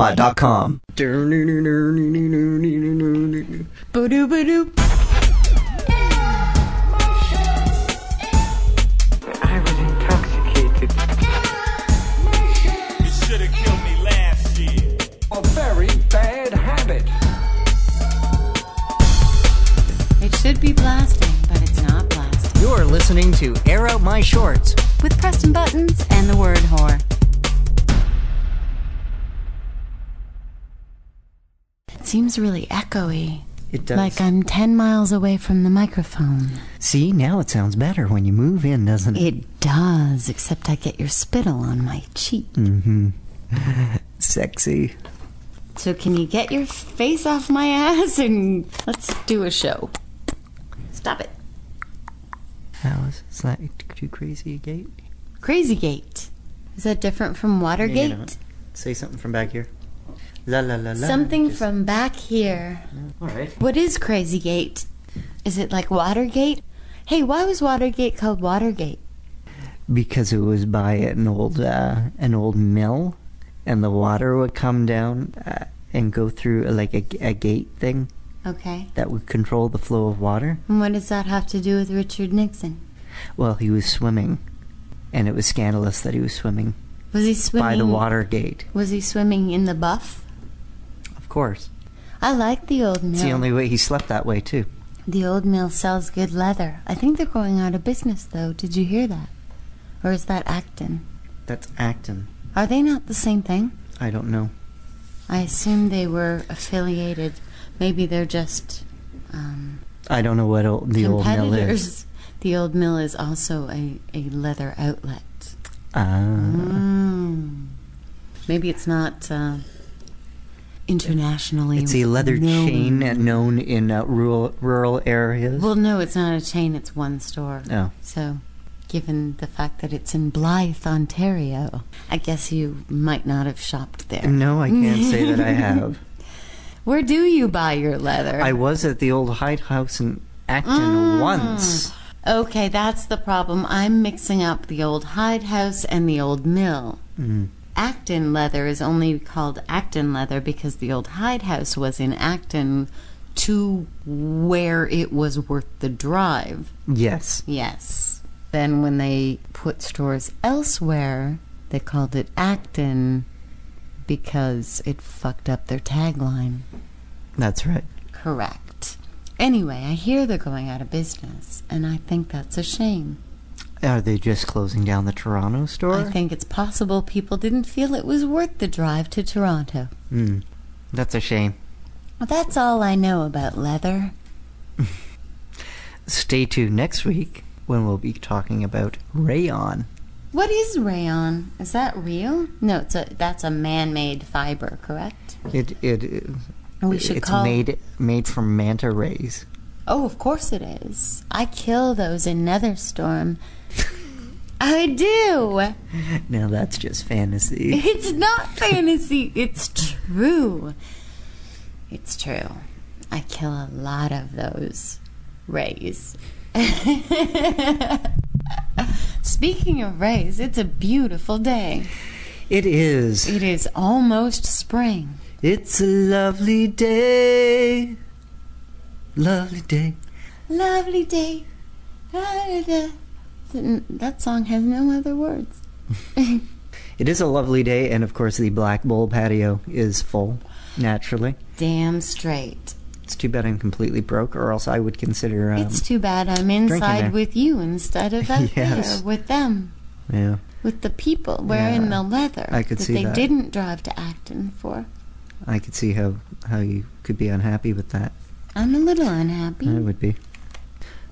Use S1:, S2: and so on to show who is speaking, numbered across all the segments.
S1: theitspot.com.
S2: Badoo badoo.
S3: I was intoxicated.
S4: You should have killed me last year.
S3: A very bad habit.
S5: It should be blasting, but it's not blasting.
S6: You're listening to Air Out My Shorts.
S5: With Preston Buttons and the word whore. It seems really echoey.
S6: It does.
S5: Like I'm 10 miles away from the microphone.
S6: See, now it sounds better when you move in, doesn't it?
S5: It does, except I get your spittle on my cheek.
S6: Sexy.
S5: So, can you get your face off my ass and let's do a show? Stop it.
S6: Alice, it's not too crazy a gate.
S5: Crazy Gate. Is that different from
S6: Maybe
S5: Watergate?
S6: not. Say something from back here. La la la la.
S5: Something
S6: Just-
S5: from back here.
S6: All right.
S5: What is Crazy Gate? Is it like Watergate? Hey, why was Watergate called Watergate?
S6: Because it was by an old uh, an old mill, and the water would come down uh, and go through uh, like a, a gate thing
S5: Okay.
S6: that would control the flow of water.
S5: And what does that have to do with Richard Nixon?
S6: Well, he was swimming, and it was scandalous that he was swimming
S5: Was he swimming
S6: by the water gate.
S5: Was he swimming in the buff?
S6: Of course,
S5: I like the old mill.
S6: it's the only way he slept that way too.
S5: The old mill sells good leather. I think they're going out of business, though. Did you hear that? Or is that Acton?
S6: That's Acton.
S5: Are they not the same thing?
S6: I don't know.
S5: I assume they were affiliated. Maybe they're just um,
S6: I don't know what old, the old mill is.
S5: competitors. the old mill is also a, a leather outlet.
S6: Ah,
S5: Mm. Maybe it's not uh, internationally.
S6: it's a leather
S5: known.
S6: chain known in uh, rural rural areas.
S5: Well, no, it's not a chain. It's one store.
S6: Oh.
S5: So, given the fact that it's in Blythe, Ontario, I guess you might not have shopped there.
S6: no, I can't say that I have.
S5: Where do you buy your leather?
S6: I was at the old Hyde House in Acton
S5: Ah.
S6: once.
S5: Okay, that's the problem. I'm mixing up the old hide house and the old mill. Acton leather is only called Acton leather because the old hide house was in Acton to where it was worth the drive.
S6: Yes.
S5: Yes. Then when they put stores elsewhere, they called it Acton because it fucked up their tagline.
S6: That's right.
S5: Correct. Anyway, I hear they're going out of business, and I think that's a shame.
S6: Are they just closing down the Toronto store?
S5: I think it's possible people didn't feel it was worth the drive to Toronto.
S6: Hmm. That's a shame.
S5: Well, that's all I know about leather.
S6: Stay tuned next week when we'll be talking about rayon.
S5: What is rayon? Is that real? No, it's a that's a man-made fiber, correct?
S6: It it
S5: Oh, We should
S6: it's
S5: call.
S6: made made from manta rays.
S5: Oh, of course it is. I kill those in Netherstorm. I do.
S6: Now that's just fantasy.
S5: It's not fantasy. It's true. It's true. I kill a lot of those rays. Speaking of rays, it's a beautiful day.
S6: It is.
S5: It is almost spring.
S6: It's a lovely day. Lovely day.
S5: Lovely day. Da-da-da. That song has no other words.
S6: It is a lovely day, and of course, the Black Bull patio is full, naturally.
S5: Damn straight.
S6: It's too bad I'm completely broke, or else I would consider. Um,
S5: It's too bad I'm inside
S6: there.
S5: with you instead of out
S6: Yes.
S5: there with them,
S6: yeah.
S5: with the people wearing
S6: Yeah.
S5: the leather
S6: I could
S5: that
S6: see
S5: they
S6: that.
S5: didn't drive to Acton for.
S6: I could see how, how you could be unhappy with that.
S5: I'm a little unhappy.
S6: I would be.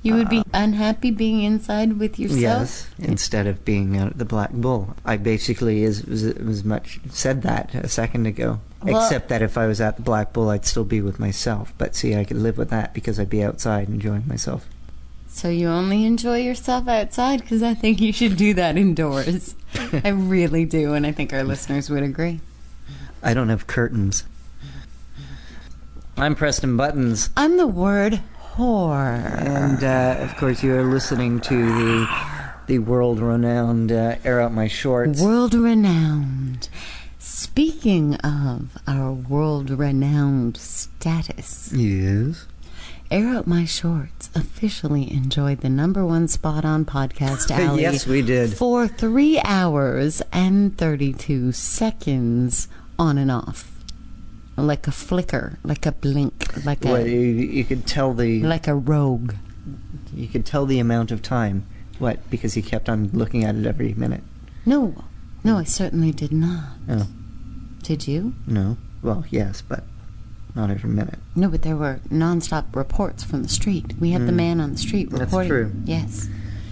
S5: you would be unhappy being inside with yourself.
S6: Yes, instead of being out at the Black Bull. I basically is, was, was much said that a second ago.
S5: Well-
S6: Except that if I was at the Black Bull, I'd still be with myself. But see, I could live with that because I'd be outside enjoying myself.
S5: So you only enjoy yourself outside because I think you should do that indoors. I really do, and I think our listeners would agree.
S6: I don't have curtains. I'm Preston Buttons,
S5: I'm the word whore.
S6: and uh, of course, you are listening to the the world renowned uh, Air Out My Shorts.
S5: World renowned. Speaking of our world renowned status,
S6: Yes.
S5: Air Up My Shorts officially enjoyed the number one spot on Podcast Alley.
S6: Yes, we did.
S5: For three hours and 32 seconds on and off. Like a flicker, like a blink, like
S6: Well, you,
S5: a,
S6: you could tell the
S5: like a rogue.
S6: you could tell the amount of time. What? Because he kept on looking at it every minute.
S5: No, no, I certainly did not.
S6: Oh.
S5: Did you?
S6: No. Well, yes, but not every minute.
S5: No, but there were nonstop reports from the street. We had the man on the street
S6: Hmm. That's
S5: reporting.
S6: true.
S5: Yes.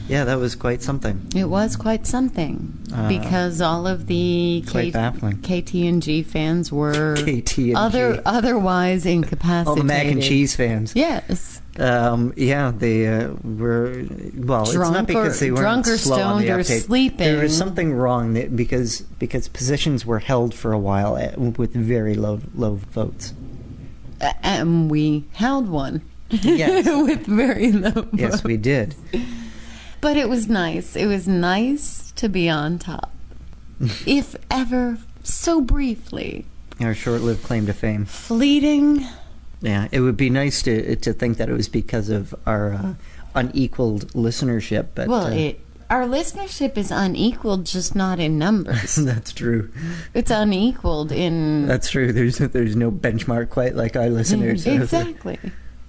S6: Yeah, that was quite something.
S5: It was quite something
S6: Uh,
S5: because all of the
S6: quite baffling.
S5: KT&G fans were
S6: KT&G.
S5: other otherwise incapacitated.
S6: All the mac and cheese fans.
S5: Yes.
S6: Um, yeah, they uh, were well. it's
S5: Drunk
S6: not because
S5: or-
S6: they weren't
S5: drunk or
S6: slow on the
S5: stoned or
S6: uptake. There
S5: sleeping.
S6: was something wrong that, because because positions were held for a while at, with very low low votes.
S5: A- And we held one.
S6: Yes.
S5: With very low
S6: Yes, we did.
S5: But it was nice. It was nice to be on top. if ever so briefly.
S6: Our short-lived claim to fame.
S5: Fleeting.
S6: Yeah, it would be nice to to think that it was because of our uh, unequaled listenership, but
S5: Well,
S6: uh,
S5: it our listenership is unequaled, just not in numbers.
S6: that's true.
S5: it's unequaled in
S6: That's true. There's there's no benchmark quite like our listeners.
S5: Mm, exactly.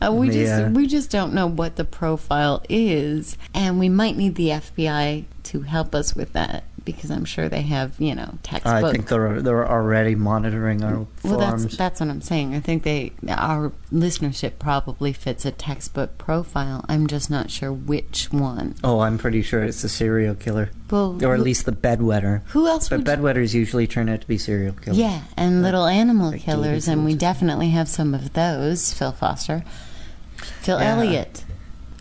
S5: Uh, we
S6: The,
S5: just
S6: uh,
S5: we just don't know what the profile is, and we might need the FBI to help us with that because I'm sure they have you know
S6: I
S5: textbook.
S6: think they're they're already monitoring our
S5: well, that's
S6: forums.
S5: that's what I'm saying. I think they our listenership probably fits a textbook profile. I'm just not sure which one.
S6: Oh, I'm pretty sure it's the serial killer,
S5: Well,
S6: or at
S5: who-
S6: least the bedwetter.
S5: who else
S6: But
S5: would
S6: bedwetters usually turn out to be serial killers.
S5: Yeah, and little animal
S6: like
S5: killers,
S6: David
S5: and we
S6: Hilton.
S5: definitely have some of those. Phil Foster, Phil
S6: Yeah.
S5: Elliott.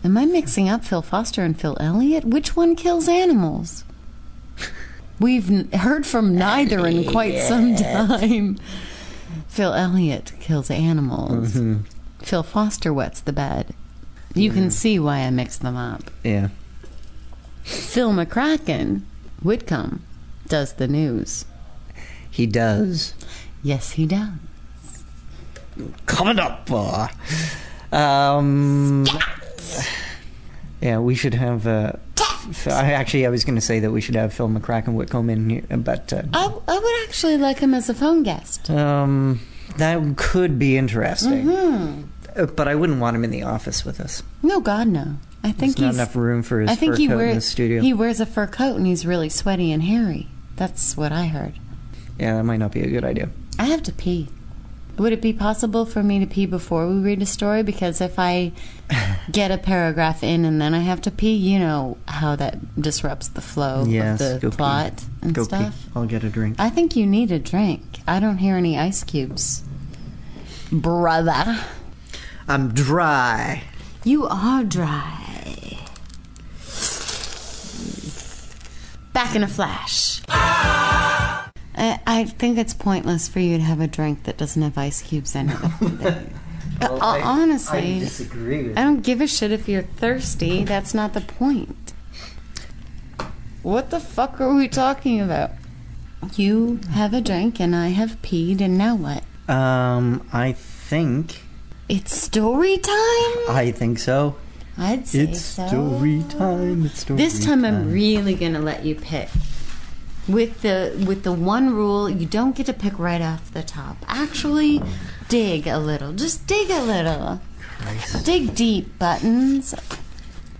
S5: Am I mixing up Phil Foster and Phil Elliott? Which one kills animals? We've n- heard from neither in quite some time. Phil Elliott kills animals.
S6: Mm-hmm.
S5: Phil Foster wets the bed. You can
S6: Mm-hmm.
S5: see why I mixed them up.
S6: Yeah.
S5: Phil McCracken, Whitcomb, does the news.
S6: He does.
S5: Yes, he does.
S6: Coming up. Uh, um, yeah, we should have. Uh, Phil- I actually, I was going to say that we should have Phil McCracken Whitcomb in here, but uh,
S5: I, I would actually like him as a phone guest.
S6: um, that could be
S5: Mm-hmm.
S6: interesting. Uh, But I wouldn't want him in the office with us.
S5: Hmm. No, God, no. I think
S6: There's not
S5: he's.
S6: enough room for his
S5: I think
S6: fur
S5: he
S6: coat in the
S5: wears
S6: studio.
S5: he wears a fur coat and he's really sweaty and hairy. That's what I heard.
S6: yeah, that might not be a good idea.
S5: I have to pee. Would it be possible for me to pee before we read a story? Because if I get a paragraph in and then I have to pee, you know how that disrupts the flow
S6: Yes,
S5: of
S6: go
S5: the
S6: pee.
S5: plot and
S6: Go
S5: stuff.
S6: pee. I'll get a drink.
S5: I think you need a drink. I don't hear any ice cubes, brother.
S6: I'm dry.
S5: You are dry. Back in a flash. I, I think it's pointless for you to have a drink that doesn't have ice cubes in it. Uh,
S6: I-
S5: honestly,
S6: I disagree with
S5: I don't give a shit if you're thirsty. That's not the point. What the fuck are we talking about? You have a drink and I have peed, and now what?
S6: Um, I think.
S5: It's story time?
S6: I think so.
S5: I'd say
S6: It's
S5: so.
S6: story time. It's story
S5: This time I'm really gonna let you pick. With the with the one rule, you don't get to pick right off the top. Actually, dig a little. Just dig a little. Dig deep, buttons.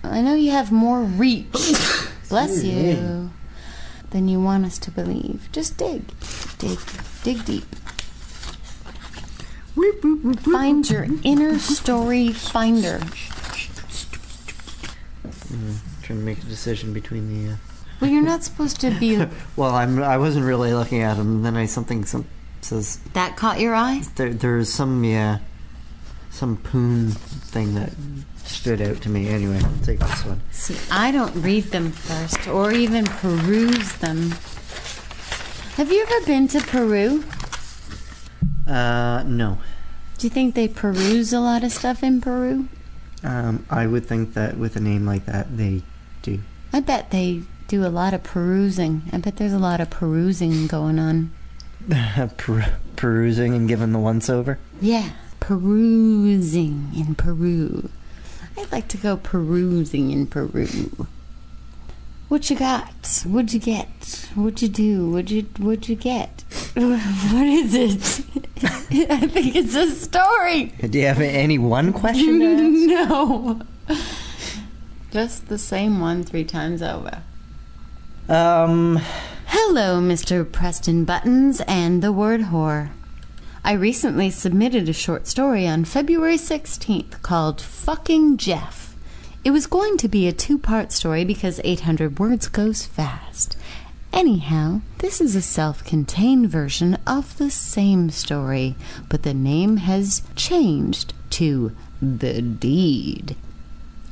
S5: I know you have more reach. Bless you. Than you want us to believe. Just dig, dig, dig deep. Find your inner story finder.
S6: trying to make a decision between the. Uh...
S5: Well, you're not supposed to be
S6: Well, I'm. I wasn't really looking at him. Then I something some says
S5: that caught your eye.
S6: there. There's some yeah, some poon thing that stood out to me. Anyway, I'll take this one.
S5: See, I don't read them first or even peruse them. Have you ever been to Peru?
S6: Uh, no.
S5: Do you think they peruse a lot of stuff in Peru?
S6: Um, I would think that with a name like that, they do.
S5: I bet they do a lot of perusing. I bet there's a lot of perusing going on.
S6: per- perusing and giving the once over.
S5: Yeah, perusing in Peru. I'd like to go perusing in Peru. What you got? What'd you get? What'd you do? What'd you What'd you get? What is it? I think it's a story.
S6: Do you have any one question? to ask?
S5: no, just the same one three times over.
S6: Um,
S5: Hello, Mr. Preston Buttons and the Word Whore. I recently submitted a short story on February 16th called Fucking Jeff. It was going to be a two part story because 800 words goes fast. Anyhow, this is a self contained version of the same story, but the name has changed to The Deed.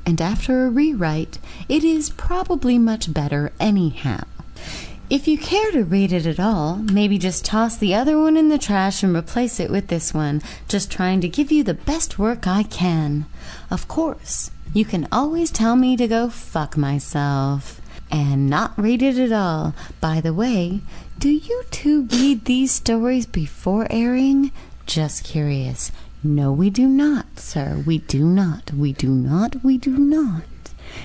S5: And after a rewrite, it is probably much better anyhow. If you care to read it at all, maybe just toss the other one in the trash and replace it with this one, just trying to give you the best work I can. Of course, you can always tell me to go fuck myself and not read it at all. By the way, do you two read these stories before airing? Just curious. No, we do not, sir. We do not. We do not. We do not.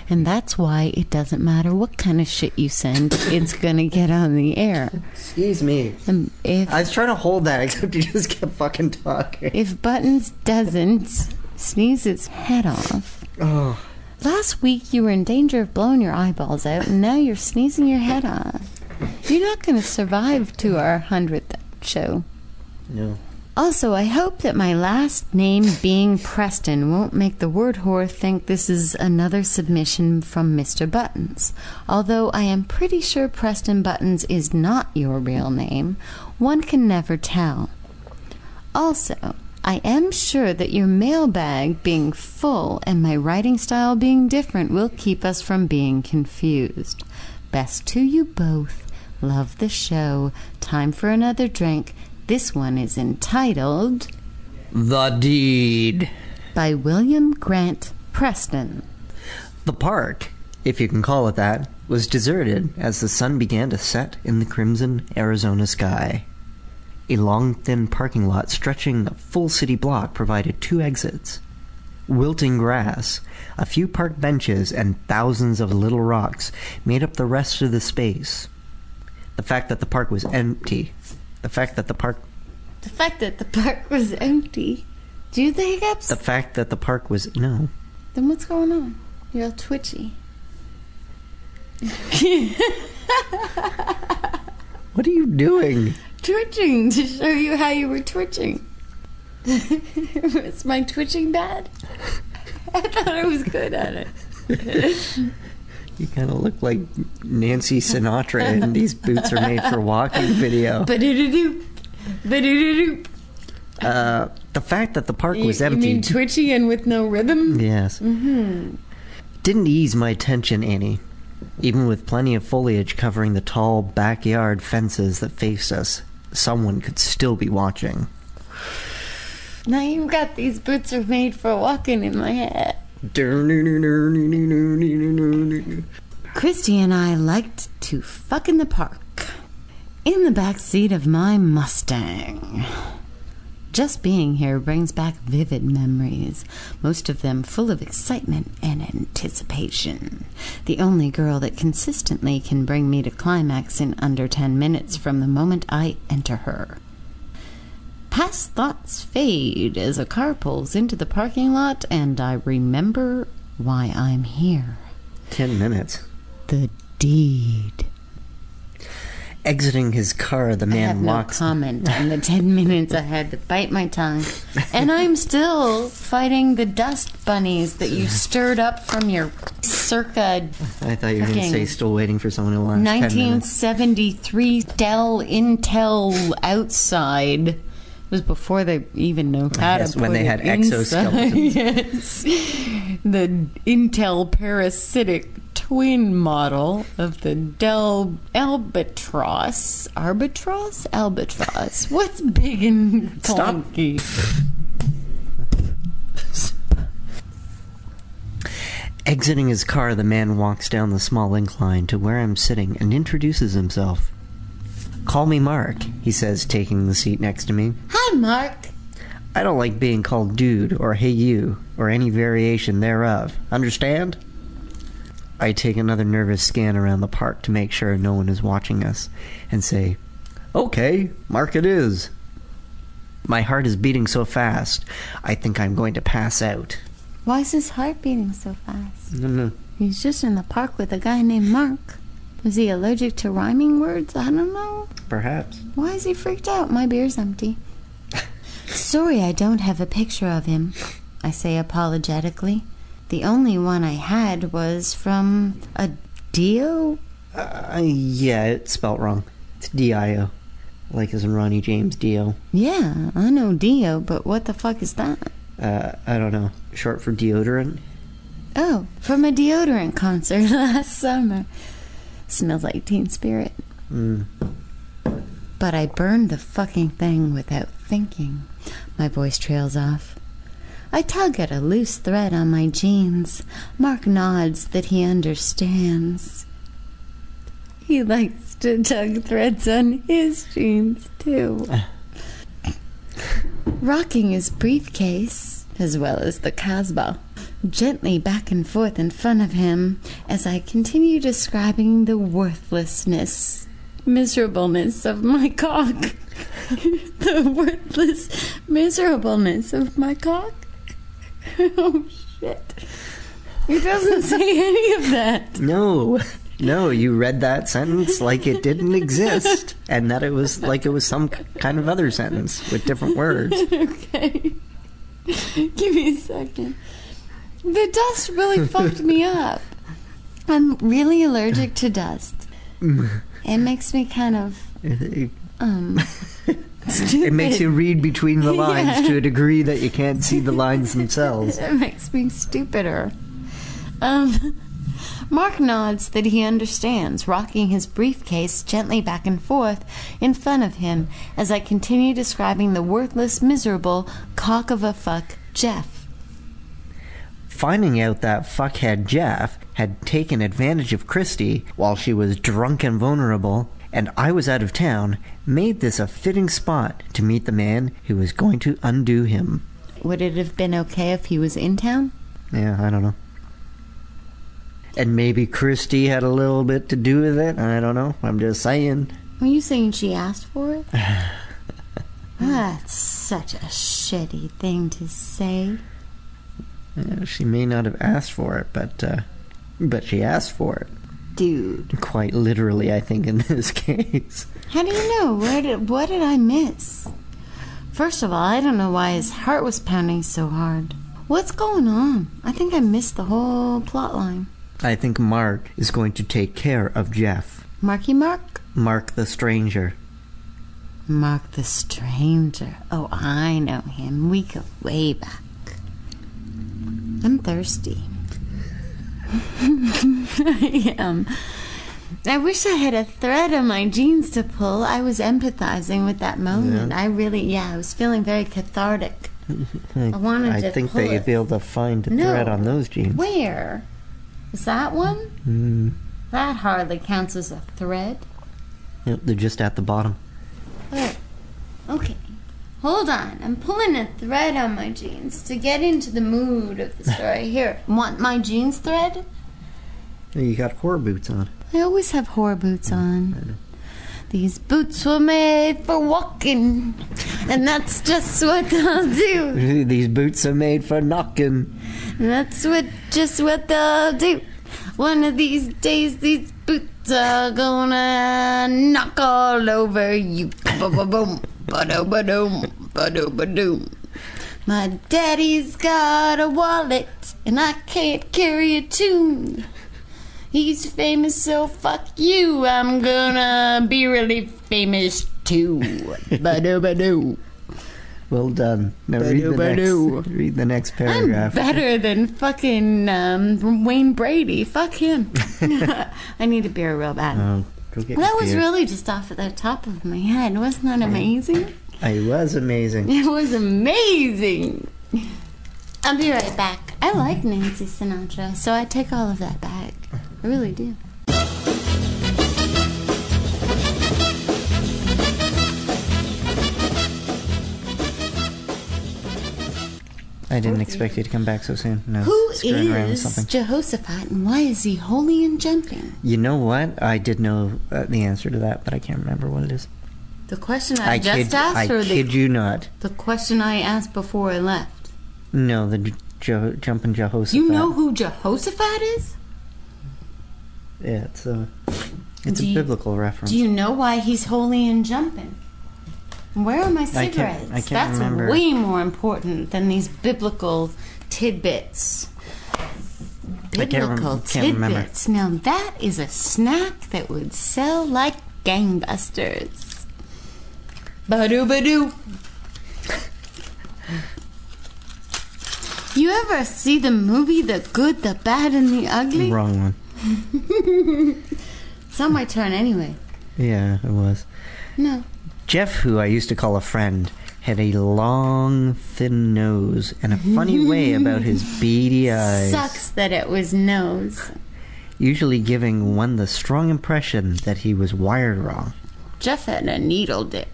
S5: And that's why it doesn't matter what kind of shit you send, it's gonna get on the air.
S6: excuse me.
S5: Um, if
S6: I was trying to hold that, except you just kept fucking talking.
S5: if Buttons doesn't sneeze its head off.
S6: Oh,
S5: Last week you were in danger of blowing your eyeballs out, and now you're sneezing your head off. You're not gonna survive to our hundredth show.
S6: no.
S5: Also, I hope that my last name being Preston won't make the word whore think this is another submission from Mr. Buttons. Although I am pretty sure Preston Buttons is not your real name, one can never tell. Also, I am sure that your mailbag being full and my writing style being different will keep us from being confused. Best to you both. Love the show. Time for another drink. This one is entitled
S6: The deed.
S5: by William Grant Preston.
S6: The park, if you can call it that, was deserted as the sun began to set in the crimson Arizona sky. A long, thin parking lot stretching a full city block provided two exits. Wilting grass, a few park benches, and thousands of little rocks made up the rest of the space. The fact that the park was empty, the fact that the park
S5: The fact that the park was empty. Do you have the hiccups?
S6: the fact that the park was no
S5: then what's going on? You're all twitchy.
S6: what are you doing
S5: twitching to show you how you were twitching. Is my twitching bad? I thought I was good at it.
S6: You kind of look like Nancy Sinatra in these boots are made for walking video.
S5: Ba-do-do-do. Ba-do-do-do.
S6: Uh, the fact that the park was
S5: You, you
S6: empty
S5: mean mm-hmm. twitchy and with no rhythm?
S6: yes didn't ease my tension any, even with plenty of foliage covering the tall backyard fences that faced us. Someone could still be watching.
S5: Now you've got these boots are made for walking in my head. Christy and I liked to fuck in the park. In the back seat of my Mustang. Just being here brings back vivid memories, most of them full of excitement and anticipation. The only girl that consistently can bring me to climax in under 10 minutes from the moment I enter her. Past thoughts fade as a car pulls into the parking lot, and I remember why I'm here.
S6: Ten minutes.
S5: The deed. Exiting
S6: Exiting his car, the
S5: I have
S6: man
S5: no
S6: walks.
S5: comment on the 10 minutes I had to bite my tongue. And I'm still fighting the dust bunnies that you stirred up from your circa
S6: I thought you were going to
S5: Fucking-
S6: say, still waiting for someone to last. 10 minutes.
S5: 1973 Dell Intel outside. It was before they even knew how
S6: Yes,
S5: to
S6: when
S5: put
S6: they
S5: it
S6: had
S5: inside.
S6: exoskeletons.
S5: yes, the Intel parasitic twin model of the Dell Albatross. Arbatross, albatross. What's big and
S6: Stop.
S5: clunky?
S6: Exiting his car, the man walks down the small incline to where I'm sitting and introduces himself. Call me Mark, he says, taking the seat next to me.
S5: Hi, Mark.
S6: I don't like being called dude or hey you or any variation thereof. Understand? I take another nervous scan around the park to make sure no one is watching us and say, Okay, Mark it is. My heart is beating so fast, I think I'm going to pass out.
S5: Why is his heart beating so fast?
S6: No, no.
S5: He's just in the park with a guy named Mark. Was he allergic to rhyming words? I don't know.
S6: Perhaps.
S5: Why is he freaked out? My beer's empty. Sorry, I don't have a picture of him, I say apologetically. The only one I had was from a Dio?
S6: Uh, yeah, it's spelt wrong. It's D-I-O. Like as in Ronnie James Dio.
S5: Yeah, I know Dio, but what the fuck is that?
S6: Uh, I don't know. Short for deodorant?
S5: Oh, from a deodorant concert last summer. Smells like Teen Spirit.
S6: Mm.
S5: But I burned the fucking thing without thinking. My voice trails off. I tug at a loose thread on my jeans. Mark nods that he understands. He likes to tug threads on his jeans, too. Rocking his briefcase, as well as the Casbah, gently back and forth in front of him as I continue describing the worthlessness, miserableness of my cock. the worthless miserableness of my cock. oh, shit. He doesn't say any of that.
S6: No. No, you read that sentence like it didn't exist and that it was like it was some kind of other sentence with different words.
S5: okay. Give me a second. The dust really fucked me up. I'm really allergic to dust. It makes me kind of
S6: It,
S5: um
S6: it makes you read between the lines
S5: Yeah.
S6: to a degree that you can't see the lines themselves.
S5: It makes me stupider. Um, Mark nods that he understands, rocking his briefcase gently back and forth in front of him as I continue describing the worthless, miserable cock of a fuck Jeff.
S6: Finding out that fuckhead Jeff had taken advantage of Christy while she was drunk and vulnerable, and I was out of town, made this a fitting spot to meet the man who was going to undo him.
S5: Would it have been okay if he was in town?
S6: Yeah, I don't know. And maybe Christy had a little bit to do with it. I don't know. I'm just saying.
S5: Are you saying she asked for it? That's such a shitty thing to say.
S6: Yeah, she may not have asked for it, but uh, but she asked for it.
S5: Dude.
S6: Quite literally, I think in this case.
S5: How do you know? Where did, what did I miss? First of all, I don't know why his heart was pounding so hard. What's going on? I think I missed the whole plot line.
S6: I think Mark is going to take care of Jeff.
S5: Marky Mark?
S6: Mark the stranger.
S5: Mark the Stranger. Oh, I know him. We go way back. I'm thirsty. I am. I wish I had a thread on my jeans to pull. I was empathizing with that moment. I really, yeah, I was feeling very cathartic.
S6: I,
S5: wanted to
S6: think
S5: pull
S6: that you'd
S5: it.
S6: be able to find a
S5: No.
S6: thread on those jeans.
S5: Where? Is that one?
S6: Mm,
S5: That hardly counts as a thread.
S6: Yep, they're just at the bottom.
S5: Okay. Hold on. I'm pulling a thread on my jeans to get into the mood of the story. Here. Want my jeans thread?
S6: You got horror boots on.
S5: I always have horror boots on. These boots were made for walking, and that's just what they'll do.
S6: These boots are made for knocking.
S5: That's what just what they'll do. One of these days, these boots are gonna knock all over you. Boom, boom, boom, ba-doom, ba-doom, ba-doom, ba-doom. My daddy's got a wallet, and I can't carry a tune. He's famous, so fuck you. I'm gonna be really famous too. Ba-doom, ba-doom.
S6: Well done. Now read the,
S5: Ba-do-ba-do.
S6: next, read the next
S5: I'm
S6: paragraph.
S5: better than fucking um, Wayne Brady. Fuck him. I need a beer real bad.
S6: Oh, go get
S5: that
S6: your
S5: was
S6: beer.
S5: really just off of the top of my head. Wasn't that amazing?
S6: I was amazing.
S5: It was amazing. I'll be right back. I like Nancy Sinatra, so I take all of that back. I really do.
S6: I didn't expect you to come back so soon. No,
S2: Who
S6: screwing around with
S2: is
S6: something.
S2: Jehoshaphat and why is he holy and jumping?
S6: You know what? I did know uh, the answer to that, but I can't remember what it is.
S2: The question I,
S6: I
S2: just
S6: kid,
S2: asked,
S6: I
S2: or
S6: kid
S2: the,
S6: you not.
S2: the question I asked before I left?
S6: No, the jo- jumping Jehoshaphat.
S2: You know who Jehoshaphat is?
S6: Yeah, it's a it's
S2: Do
S6: a
S2: you-
S6: biblical reference.
S2: Do you know why he's holy and jumping? Where are my
S6: can't-
S2: cigarettes?
S6: I can't
S2: That's
S6: remember.
S2: way more important than these biblical tidbits.
S6: can't rem-
S2: Biblical
S6: can't remember.
S2: tidbits. Now that is a snack that would sell like gangbusters. Badoo badoo. You ever see the movie The Good, the Bad, and the Ugly?
S6: Wrong one.
S2: It's not my turn anyway.
S6: Yeah, it was.
S2: No.
S6: Jeff, who I used to call a friend, had a long, thin nose and a funny way about his beady eyes,
S2: Sucks that it was nose.
S6: usually giving one the strong impression that he was wired wrong.
S2: Jeff had a needle dick.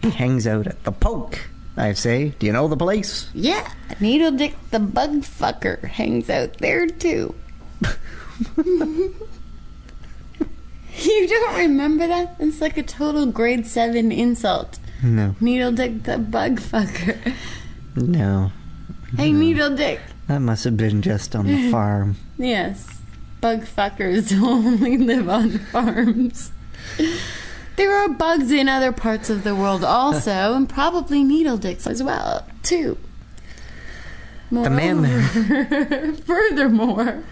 S6: He hangs out at the poke, I say. Do you know the place?
S2: Yeah, needle dick the bug fucker hangs out there too. you don't remember that? It's like a total grade seven insult.
S6: No,
S2: Needle dick the bug fucker.
S6: no.
S2: Hey, needle dick.
S6: That must have been just on the farm.
S2: Yes, bug fuckers only live on farms. There are bugs in other parts of the world also, and probably needle dicks as well, too.
S6: The
S2: Oh.
S6: man,
S2: Moreover- Furthermore,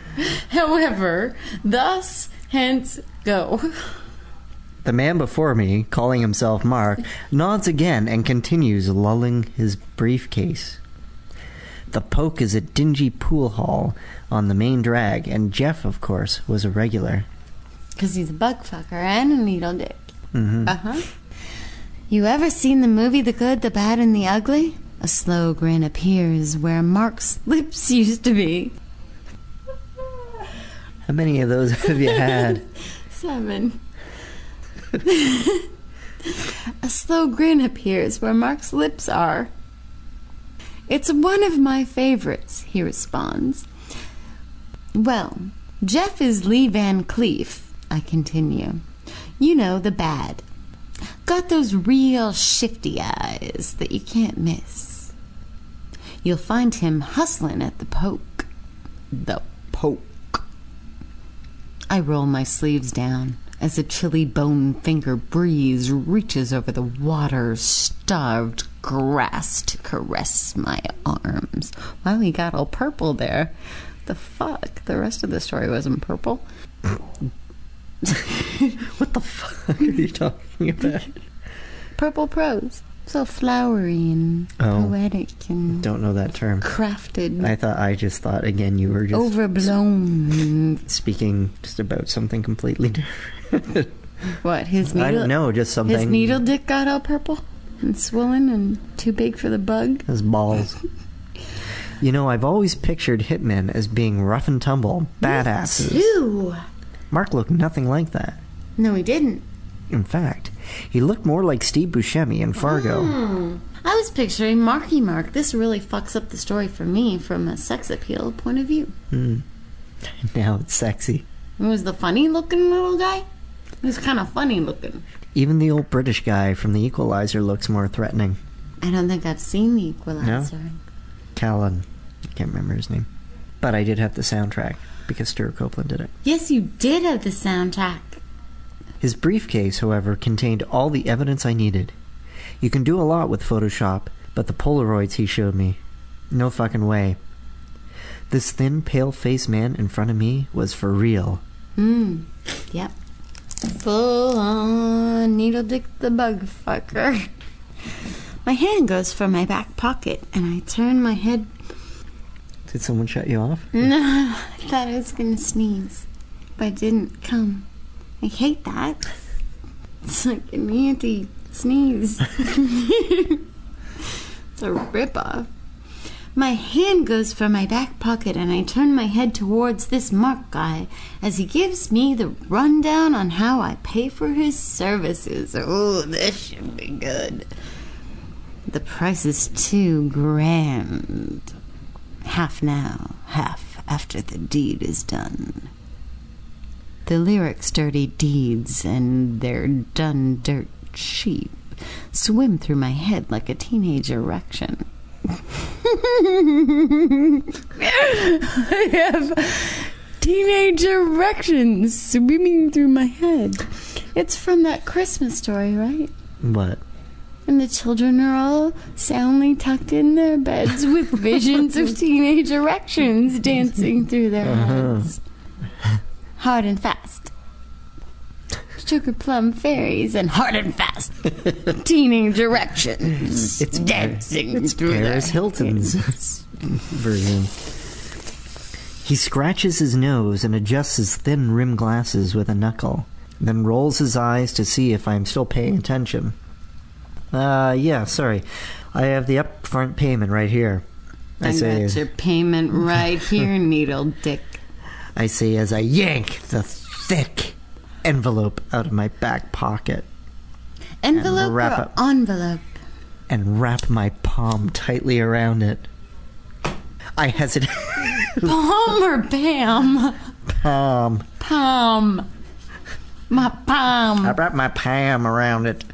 S2: however, thus, hence, go.
S6: the man before me, calling himself Mark, nods again and continues lulling his briefcase. The poke is a dingy pool hall on the main drag, and Jeff, of course, was a regular.
S2: Because he's a bug fucker and a needle dick.
S6: Mm-hmm.
S2: Uh huh. You ever seen the movie The Good, the Bad, and the Ugly? A slow grin appears where Mark's lips used to be.
S6: How many of those have you had?
S2: Seven. a slow grin appears where Mark's lips are. It's one of my favorites, he responds. Well, Jeff is Lee Van Cleef, I continue. You know, the bad. Got those real shifty eyes that you can't miss. You'll find him hustling at the poke. The poke. I roll my sleeves down as a chilly bone finger breeze reaches over the water starved grass to caress my arms. Wow, he got all purple there. The fuck? The rest of the story wasn't purple.
S6: what the fuck are you talking about?
S2: Purple prose. So flowery and
S6: Oh.
S2: poetic and
S6: Don't know that term.
S2: crafted,
S6: I thought I just thought again you were just
S2: overblown.
S6: Oh. speaking just about something completely different.
S2: What, his needle?
S6: I don't know, just something.
S2: His needle dick got all purple and swollen and too big for the bug?
S6: His balls. you know, I've always pictured hitmen as being rough and tumble, badasses.
S2: Ew.
S6: Mark looked nothing like that.
S2: No, he didn't.
S6: In fact, he looked more like Steve Buscemi in Fargo.
S2: Hmm. I was picturing Marky Mark. This really fucks up the story for me from a sex appeal point of view.
S6: Hmm. Now it's sexy.
S2: It was the funny looking little guy. He was kind of funny looking.
S6: Even the old British guy from The Equalizer looks more threatening.
S2: I don't think I've seen the Equalizer.
S6: Callan. I can't remember his name. But I did have the soundtrack because Stuart Copeland did it.
S2: Yes, you did have the soundtrack.
S6: His briefcase, however, contained all the evidence I needed. You can do a lot with Photoshop, but the Polaroids he showed me. No fucking way. This thin, pale faced man in front of me was for real.
S2: Mm. Yep. Full on needle dick the bug fucker. My hand goes for my back pocket and I turn my head.
S6: Did someone shut you off?
S2: No, I thought I was gonna sneeze, but it didn't come. I hate that. It's like an anti sneeze. it's a ripoff. My hand goes for my back pocket and I turn my head towards this Mark guy as he gives me the rundown on how I pay for his services. Oh, this should be good.
S5: The price is two grand. Half now, half after the deed is done. The lyrics, dirty deeds, and they're done dirt cheap, swim through my head like a teenage erection.
S2: I have teenage erections swimming through my head. It's from that Christmas story, right?
S6: What?
S2: And the children are all soundly tucked in their beds with visions of teenage erections dancing through their
S6: Uh-huh.
S2: heads. Hard and fast. Sugar plum fairies and hard and fast. teenage erections
S6: It's Par-
S2: dancing through their
S6: Paris Hilton's version. He scratches his nose and adjusts his thin rim glasses with a knuckle, then rolls his eyes to see if I am still paying attention. Uh, yeah, sorry. I have the upfront payment right here. I
S5: I
S6: say,
S5: got your payment right here, needle dick.
S6: I say as I yank the thick envelope out of my back pocket
S5: Envelope
S6: wrap
S5: or
S6: up.
S5: envelope?
S6: and wrap my palm tightly around it. I hesitate.
S5: Palm or Pam?
S6: palm.
S5: Palm. My palm.
S6: I wrap my palm around it.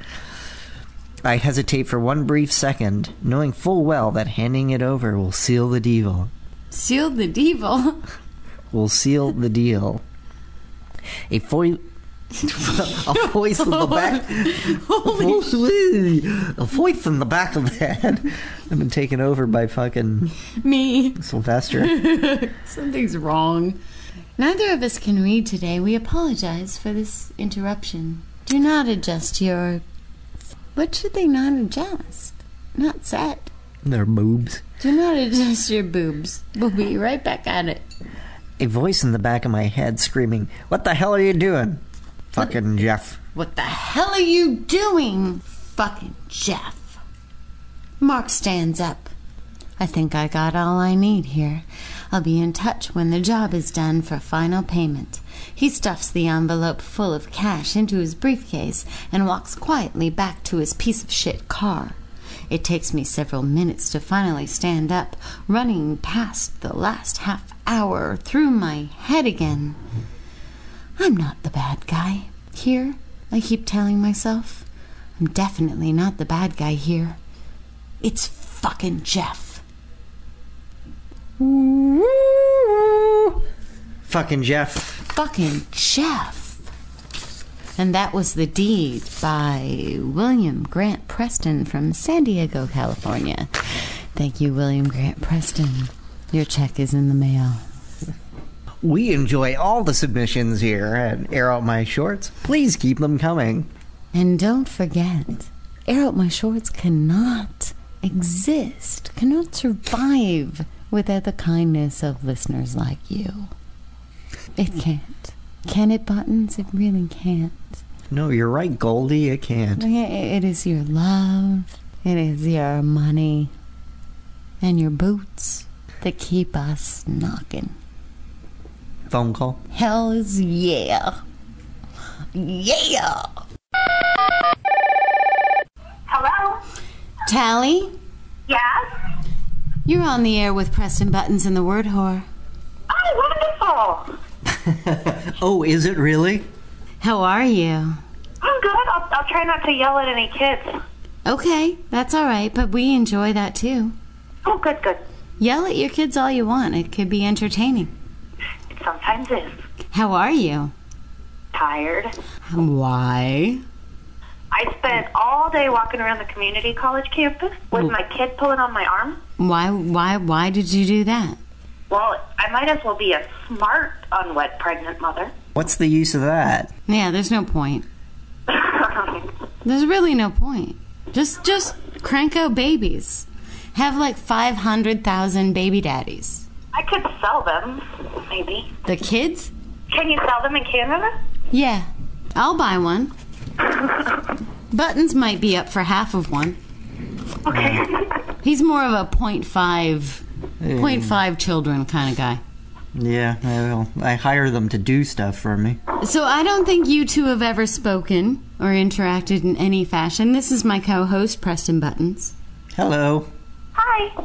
S6: I hesitate for one brief second, knowing full well that handing it over will seal the deal.
S5: Seal the devil.
S6: Will seal the deal. A foil. a voice in the back.
S5: Holy
S6: a voice in the back of the head. I've been taken over by fucking
S5: me.
S6: Sylvester.
S5: Something's wrong. Neither of us can read today. We apologize for this interruption. Do not adjust your. What should they not adjust? Not set.
S6: Their boobs.
S5: Do not adjust your boobs. We'll be right back at it.
S6: A voice in the back of my head screaming, "What the hell are you doing, fucking Jeff?"
S5: What the hell are you doing? Fucking Jeff. Mark stands up. I think I got all I need here. I'll be in touch when the job is done for final payment. He stuffs the envelope full of cash into his briefcase and walks quietly back to his piece of shit car. It takes me several minutes to finally stand up, running past the last half hour through my head again. I'm not the bad guy. Here, I keep telling myself. I'm definitely not the bad guy here. It's fucking Jeff.
S6: Fucking Jeff.
S5: Fucking Jeff. And that was The Deed by William Grant Preston from San Diego, California. Thank you, William Grant Preston. Your check is in the mail.
S6: We enjoy all the submissions here at Air Out My Shorts. Please keep them coming.
S5: And don't forget, Air Out My Shorts cannot exist, cannot survive without the kindness of listeners like you. It can't. Can it, Buttons? It really can't.
S6: No, you're right, Goldie. It can't.
S5: It is your love, it is your money, and your boots that keep us knocking.
S6: Phone call.
S5: Hells yeah. Yeah!
S1: Hello?
S5: Tally,
S1: Yes?
S5: you're on the air with Preston Buttons and the Word Whore.
S1: Oh, wonderful.
S6: Oh, is it really?
S5: How are you?
S1: I'm good. I'll, I'll try not to yell at any kids.
S5: Okay, that's all right, but we enjoy that too.
S1: Oh, good, good.
S5: Yell at your kids all you want, it could be entertaining.
S1: It sometimes is.
S5: How are you?
S1: Tired.
S5: Why?
S1: I spent all day walking around the community college campus with my kid pulling on my arm.
S5: Why why why did you do that?
S1: Well, I might as well be a smart, unwed pregnant mother.
S6: What's the use of that?
S5: Yeah, there's no point.
S1: I
S5: There's really no point. Just just crank out babies. Have like 500,000 baby daddies.
S1: could sell them, maybe.
S5: The kids?
S1: Can you sell them in Canada?
S5: Yeah. I'll buy one. Buttons might be up for half of one.
S1: Okay.
S5: He's more of a 0.5 0.5 children kind of guy.
S6: Yeah, I will. I hire them to do stuff for me.
S5: So I don't think you two have ever spoken or interacted in any fashion. This is my co-host Preston Buttons.
S6: Hello.
S1: Hi.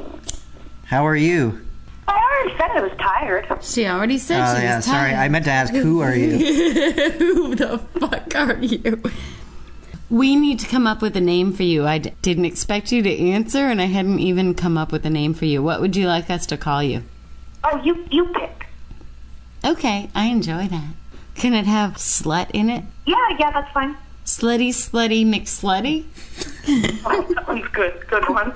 S6: How are you?
S1: I already said I was tired.
S5: She already said
S6: Oh,
S5: she
S6: yeah,
S5: was
S6: sorry. I
S5: tired.
S6: meant to ask, who are you?
S5: Who the fuck are you? We need to come up with a name for you. I d- didn't expect you to answer, and I hadn't even come up with a name for you. What would you like us to call you?
S1: Oh, you you pick.
S5: Okay, I enjoy that. Can it have slut in it?
S1: Yeah, yeah, that's fine.
S5: Slutty, slutty, McSlutty?
S1: that one's Oh, good. Good one.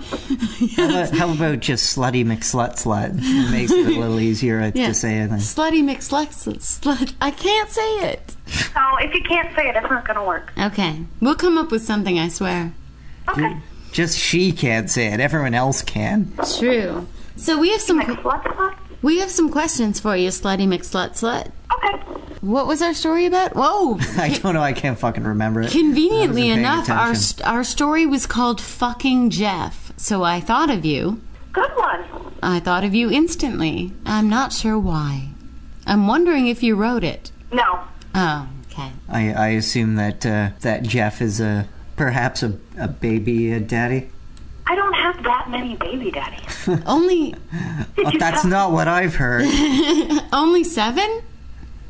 S6: How about, how about just slutty McSlut slut? It makes it a little easier
S5: Yeah.
S6: to say it.
S5: Slutty, McSlut, slut. I can't say it.
S1: No, Oh, if you can't say it, it's not gonna work.
S5: Okay, we'll come up with something, I swear.
S1: Okay.
S6: Just she can't say it. Everyone else can.
S5: True. So we have some
S1: Next slut slut.
S5: we have some questions for you, Slutty McSlut Slut.
S1: Okay.
S5: What was our story about? Oh, Whoa!
S6: I don't know. I can't fucking remember it.
S5: Conveniently
S6: I wasn't paying
S5: enough, our
S6: attention.
S5: st- our story was called "Fucking Jeff," so I thought of you.
S1: Good one.
S5: I thought of you instantly. I'm not sure why. I'm wondering if you wrote it.
S1: No.
S5: Oh, okay.
S6: I, I assume that uh, that Jeff is a perhaps a, a baby uh, daddy.
S1: I don't have that many baby daddies.
S5: Only
S6: But that's not what I've heard.
S5: only seven?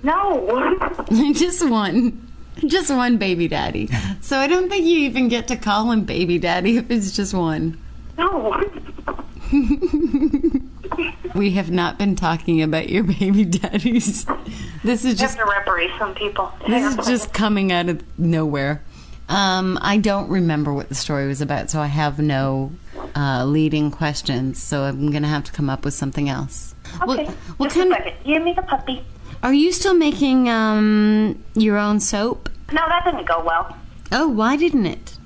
S1: No.
S5: Just one. Just one baby daddy. So I don't think you even get to call him baby daddy if it's just one.
S1: no.
S5: We have not been talking about your baby daddies. This is
S1: You have
S5: just
S1: to referee some people.
S5: this is just coming out of nowhere. Um, I don't remember what the story was about, so I have no uh, leading questions. So I'm gonna have to come up with something else.
S1: Okay.
S5: What, what
S1: just
S5: kind
S1: a
S5: of,
S1: second. Give me the puppy.
S5: are you still making um, your own soap?
S1: No, that didn't go well.
S5: Oh, why didn't it?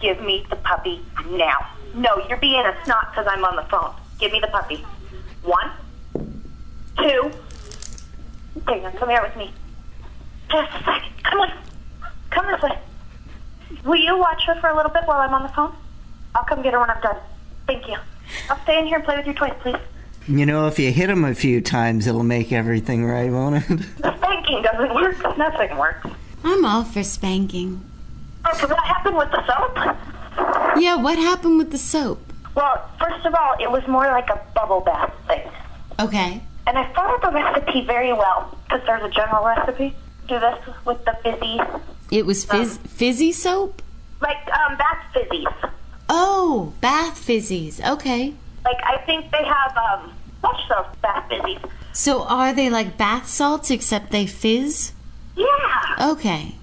S1: Give me the puppy now. No, you're being a snot because I'm on the phone. Give me the puppy. One, two. Hang on, come here with me. Just a second. Come on. Come this way. Will you watch her for a little bit while I'm on the phone? I'll come get her when I'm done. Thank you. I'll stay in here and play with your toys, please.
S6: You know, if you hit him a few times, it'll make everything right, won't it?
S1: The spanking doesn't work. Nothing works.
S5: I'm all for spanking.
S1: Oh, so what happened with the soap?
S5: Yeah, what happened with the soap?
S1: Well, first of all, it was more like a bubble bath thing.
S5: Okay.
S1: And I followed the recipe very well because there's a general recipe. Do this with the fizzy,
S5: It was
S1: Um,
S5: fizz- fizzy soap?
S1: like um, bath fizzies.
S5: Oh, bath fizzies. Okay.
S1: Like I think they have um, wash soap bath fizzies.
S5: So are they like bath salts except they fizz?
S1: Yeah,
S5: Okay.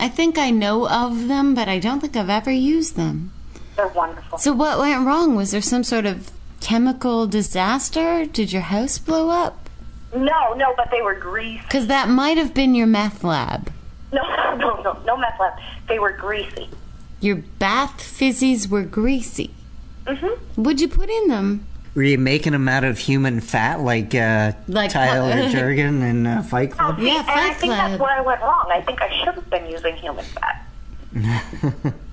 S5: I think I know of them, but I don't think I've ever used them.
S1: they're wonderful.
S5: So what went wrong? Was there some sort of chemical disaster? Did your house blow up?
S1: No, no, but they were greasy.
S5: Because that might have been your meth lab.
S1: No, no, no, no meth lab. They were greasy.
S5: Your bath fizzies were greasy.
S1: Mhm.
S5: What'd you put in them?
S6: Were you making them out of human fat like, uh,
S5: Like-
S6: Tyler Durden in uh, Fight
S1: Oh,
S6: Club?
S1: see,
S5: Yeah,
S1: and I
S5: Fight
S1: think
S5: Club.
S1: that's where I went wrong. I think I should have been using human fat.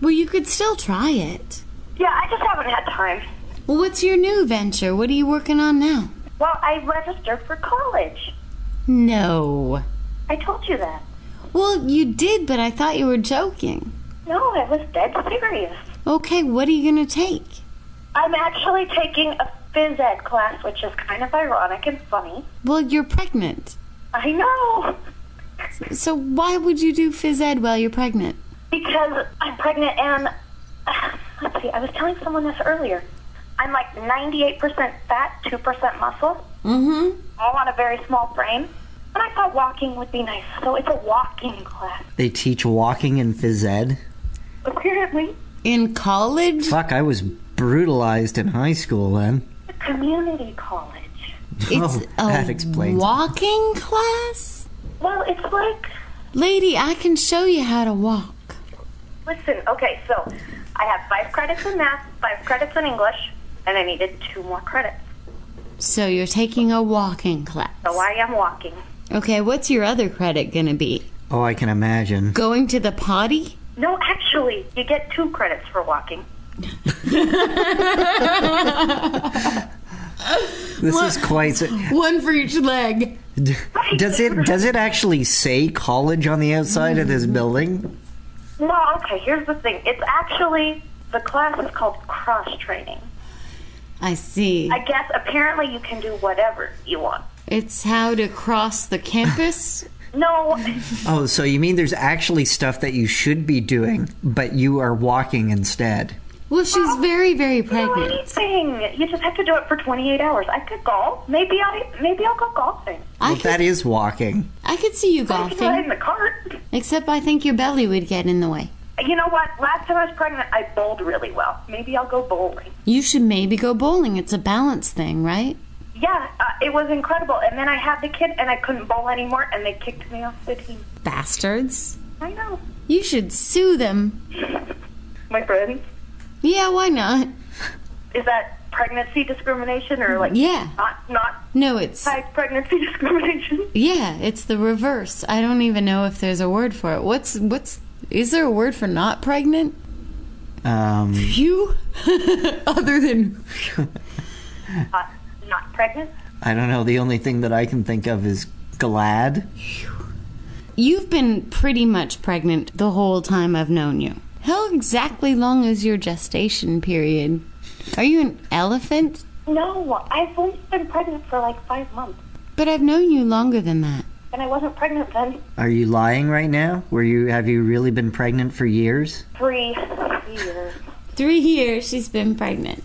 S5: Well, you could still try it.
S1: Yeah, I just haven't had time.
S5: Well, what's your new venture? What are you working on now?
S1: Well, I registered for college.
S5: No.
S1: I told you that.
S5: Well, you did, but I thought you were joking.
S1: No, I was dead serious.
S5: Okay, what are you going to take?
S1: I'm actually taking a phys ed class, which is kind of ironic and funny.
S5: Well, you're pregnant.
S1: I know,
S5: So why would you do phys ed while you're pregnant?
S1: because I'm pregnant and let's see, I was telling someone this earlier. I'm like 98% fat, 2% muscle,
S5: Mm-hmm.
S1: all on a very small frame. And I thought walking would be nice, so it's a walking class.
S6: They teach walking in phys ed.
S1: Apparently,
S5: In college?
S6: Fuck, I was brutalized in high school then.
S1: the community college.
S5: It's
S6: oh,
S5: a
S6: that explains. it.
S5: walking class?
S1: Well, it's like
S5: Lady, I can show you how to walk.
S1: Listen, okay, so I have five credits in math, five credits in English, and I needed two more credits.
S5: So you're taking a walking class.
S1: So I am walking.
S5: Okay, what's your other credit going to be?
S6: oh, I can imagine.
S5: Going to the potty?
S1: No, actually, you get two credits for walking.
S6: This is quite.
S5: One for each leg.
S6: Does it does it actually say
S5: Mm-hmm.
S6: college on the outside of this building?
S1: No, okay, here's the thing. It's actually The class is called cross training.
S5: I see.
S1: I guess apparently you can do whatever you want.
S5: It's how to cross the campus.
S1: No,
S6: Oh, so you mean there's actually stuff that you should be doing, but you are walking instead?
S5: Well, she's very, very
S1: do
S5: pregnant.
S1: anything. You just have to do it for 28 hours. I could golf. Maybe I maybe I'll go golfing.
S5: I
S6: Well,
S5: could,
S6: that is walking.
S5: I could see you
S1: I could ride in
S5: golfing,
S1: the cart.
S5: except I think your belly would get in the way.
S1: You know what? Last time I was pregnant, I bowled really well. Maybe I'll go bowling.
S5: You should maybe go bowling. It's a balance thing, right?
S1: Yeah, uh, it was incredible. And then I had the kid, and I couldn't bowl anymore, and they kicked me off the team.
S5: Bastards.
S1: I know,
S5: You should sue them.
S1: my friend.
S5: Yeah, why not?
S1: Is that pregnancy discrimination or like
S5: Yeah.
S1: not not
S5: No, it's
S1: type pregnancy discrimination?
S5: yeah, it's the reverse. I don't even know if there's a word for it. What's what's is there a word for not pregnant?
S6: Um,
S5: You other than
S1: Uh, not pregnant.
S6: I don't know. The only thing that I can think of is glad.
S5: You've been pretty much pregnant the whole time I've known you. How exactly long is your gestation period? Are you an elephant?
S1: No, I've only been pregnant for like five months,
S5: But I've known you longer than that.
S1: and I wasn't pregnant then.
S6: Are you lying right now? Were you? Have you really been pregnant for years?
S1: Three years.
S5: Three years she's been pregnant.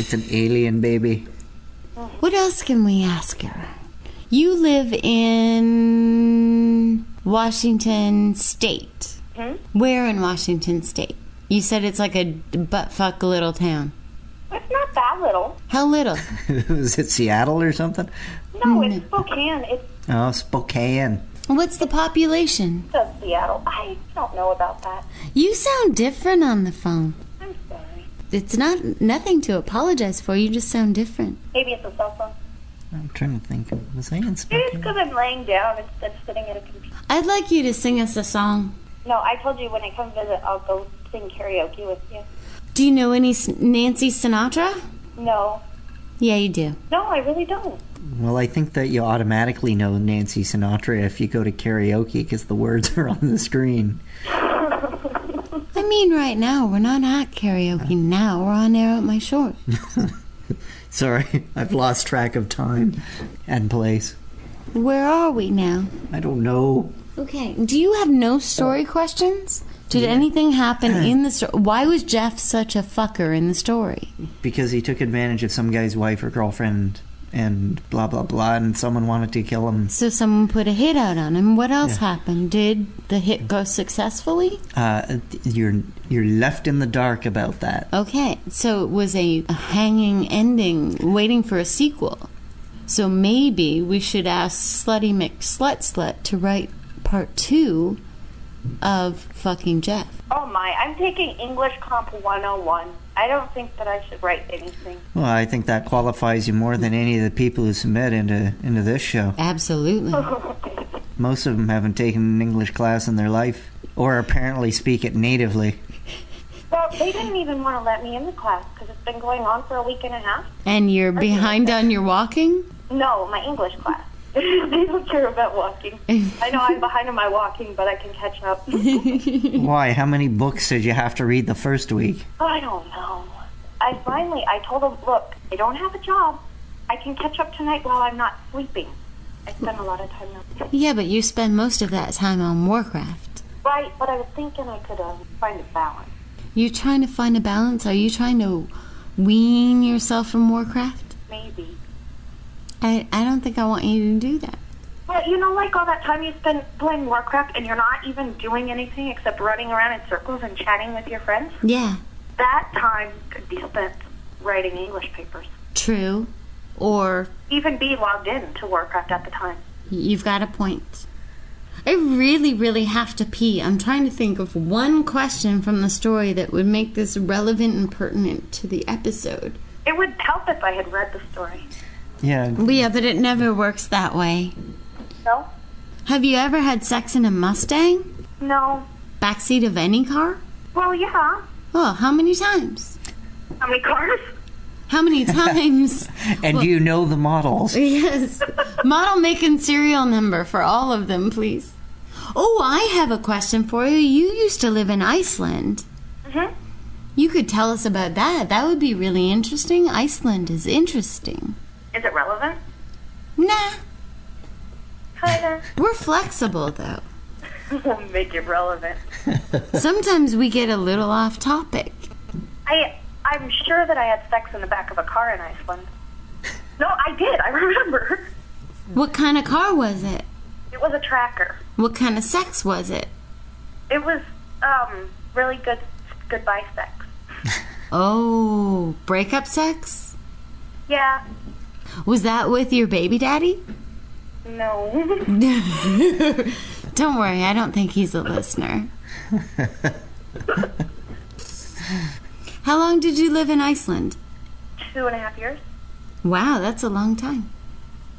S6: It's an alien baby.
S5: What else can we ask her? You live in Washington State.
S1: Hmm?
S5: Where in Washington State? You said it's like a butt fuck little town.
S1: It's not that little.
S5: How little?
S6: Is it Seattle or something?
S1: No, it's Spokane. It's
S6: Oh, Spokane.
S5: What's the population?
S1: of Seattle. I don't know about that.
S5: You sound different on the phone.
S1: I'm sorry.
S5: It's not nothing to apologize for. You just sound different.
S1: Maybe it's a cell phone.
S6: I'm trying to think. Was I in
S1: Maybe it's
S6: Spokane?
S1: because I'm laying down instead of sitting at a computer.
S5: I'd like you to sing us a song.
S1: No, I told you when I come visit, I'll go sing karaoke with you.
S5: Do you know any S- Nancy Sinatra?
S1: No,
S5: Yeah, you do.
S1: no, I really don't.
S6: Well, I think that you automatically know Nancy Sinatra if you go to karaoke because the words are on the screen.
S5: I mean, right now we're not at karaoke. Now we're on air at my short.
S6: Sorry, I've lost track of time and place.
S5: Where are we now?
S6: I don't know.
S5: Okay. Do you have no story questions? Did anything happen in the story? Why was Jeff such a fucker in the story?
S6: Because he took advantage of some guy's wife or girlfriend and blah, blah, blah, and someone wanted to kill him.
S5: So someone put a hit out on him. What else
S6: Yeah.
S5: happened? Did the hit go successfully?
S6: Uh, you're, you're left in the dark about that.
S5: Okay, so it was a, a hanging ending, waiting for a sequel. So maybe we should ask Slutty McSlut Slut to write part two of fucking Jeff.
S1: Oh my, I'm taking English Comp 101. I don't think that I should write anything.
S6: Well, I think that qualifies you more than any of the people who submit into, into this show.
S5: Absolutely.
S6: Most of them haven't taken an English class in their life or apparently speak it natively.
S1: Well, they didn't even want to let me in the class because it's been going on for a week and a half.
S5: And you're behind on your walking?
S1: No, my English class. they don't care about walking. I know I'm behind on my walking, but I can catch up. oh,
S5: Mm-hmm.
S6: Why? How many books did you have to read the first week?
S1: I don't know. I finally, I told them, look, I don't have a job. I can catch up tonight while I'm not sleeping. I spend a lot of time now.
S5: Yeah, but you spend most of that time on Warcraft.
S1: Right, but I was thinking I could um, find a balance.
S5: You trying to find a balance? Are you trying to wean yourself from Warcraft?
S1: Maybe.
S5: I, I don't think I want you to do that.
S1: Well, you know, like all that time you spend playing Warcraft and you're not even doing anything except running around in circles and chatting with your friends,
S5: Yeah.
S1: that time could be spent writing English papers.
S5: True. Or
S1: Even be logged in to Warcraft at the time.
S5: You've got a point. I really, really have to pee. I'm trying to think of one question from the story that would make this relevant and pertinent to the episode.
S1: It would help if I had read the story.
S6: Yeah.
S5: Yeah, but it never works that way.
S1: No?
S5: Have you ever had sex in a Mustang?
S1: No.
S5: Backseat of any car?
S1: Well, yeah.
S5: Oh, how many times?
S1: How many cars?
S5: How many times?
S6: And do you know the models?
S5: yes. Model, make, and serial number for all of them, please. Oh, I have a question for you. You used to live in Iceland.
S1: Mm-hmm.
S5: You could tell us about that. That would be really interesting. Iceland is interesting.
S1: Is it relevant?
S5: Nah,
S1: Kinda.
S5: we're flexible though.
S1: we'll make it relevant.
S5: Sometimes we get a little off topic.
S1: I I'm sure that I had sex in the back of a car in Iceland. No, I did. I remember.
S5: What kind of car was it?
S1: It was a tracker.
S5: What kind of sex was it?
S1: It was um really good goodbye sex.
S5: Oh, breakup sex?
S1: Yeah.
S5: Was that with your baby daddy?
S1: No.
S5: Don't worry, I don't think he's a listener. How long did you live in Iceland?
S1: Two and a half years.
S5: Wow, that's a long time.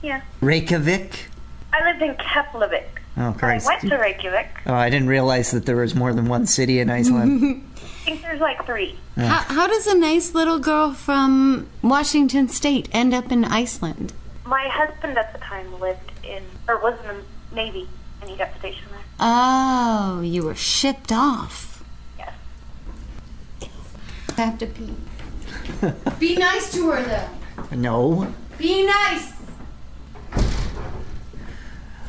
S5: Mm-hmm.
S6: Reykjavik.
S1: I lived in Keflavik.
S6: Oh
S1: I
S6: Christ!
S1: went to Reykjavik.
S6: Oh, I didn't realize that there was more than one city in Iceland.
S1: I think there's like three.
S5: How, how does a nice little girl from Washington State end up in Iceland?
S1: My husband at the time lived in or was in the Navy and he got stationed there.
S5: Oh, you were shipped off.
S1: Yes.
S5: I have to pee. Be nice to her, though.
S6: no.
S5: Mm-hmm. Be nice.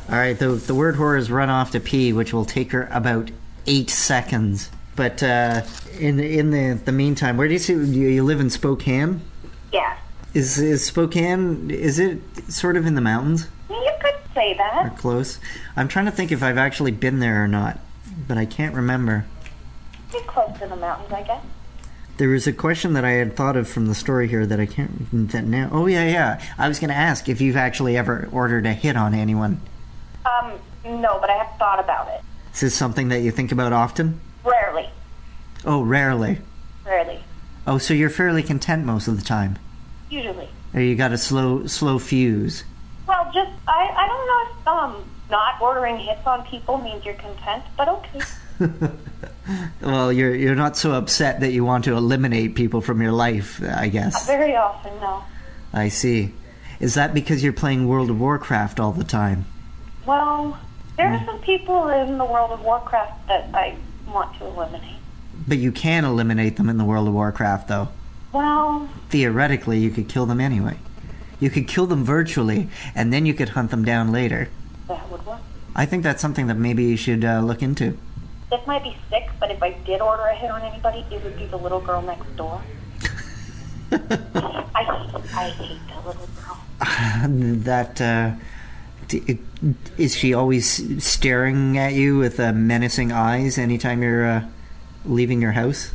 S6: All right, the, the word whore has run off to pee, which will take her about eight seconds. But uh, in the, in the the meantime, where do you see you, you live in Spokane?
S1: Yeah.
S6: Is is Spokane? Is it sort of in the mountains
S1: You could say
S6: or
S1: that.
S6: close? I'm trying to think if I've actually been there or not, but I can't remember.
S1: Pretty close to the mountains, I guess.
S6: There was a question that I had thought of from the story here that I can't that now. Oh yeah, yeah. I was going to ask if you've actually ever ordered a hit on anyone.
S1: Um, no, but I have thought about it.
S6: Is this something that you think about often?
S1: Rarely.
S6: Oh, rarely.
S1: Rarely.
S6: Oh, so you're fairly content most of the time.
S1: Usually.
S6: Or you got a slow slow fuse.
S1: Well, just I, I don't know if um not ordering hits on people means you're content, but okay.
S6: Well, you're you're not so upset that you want to eliminate people from your life, I guess.
S1: Very often, no.
S6: I see. Is that because you're playing World of Warcraft all the time?
S1: Well, there are some people in the World of Warcraft that I want to eliminate.
S6: But you can eliminate them in the World of Warcraft though.
S1: Well,
S6: Theoretically, you could kill them anyway. You could kill them virtually and then you could hunt them down later.
S1: that would work.
S6: I think that's something that maybe you should uh, look into.
S1: This might be sick, but if I did order a hit on anybody, it would be the little girl next door. I hate, I hate that little girl.
S6: that uh, d- it- is she always staring at you with uh, menacing eyes anytime you're uh, leaving your house?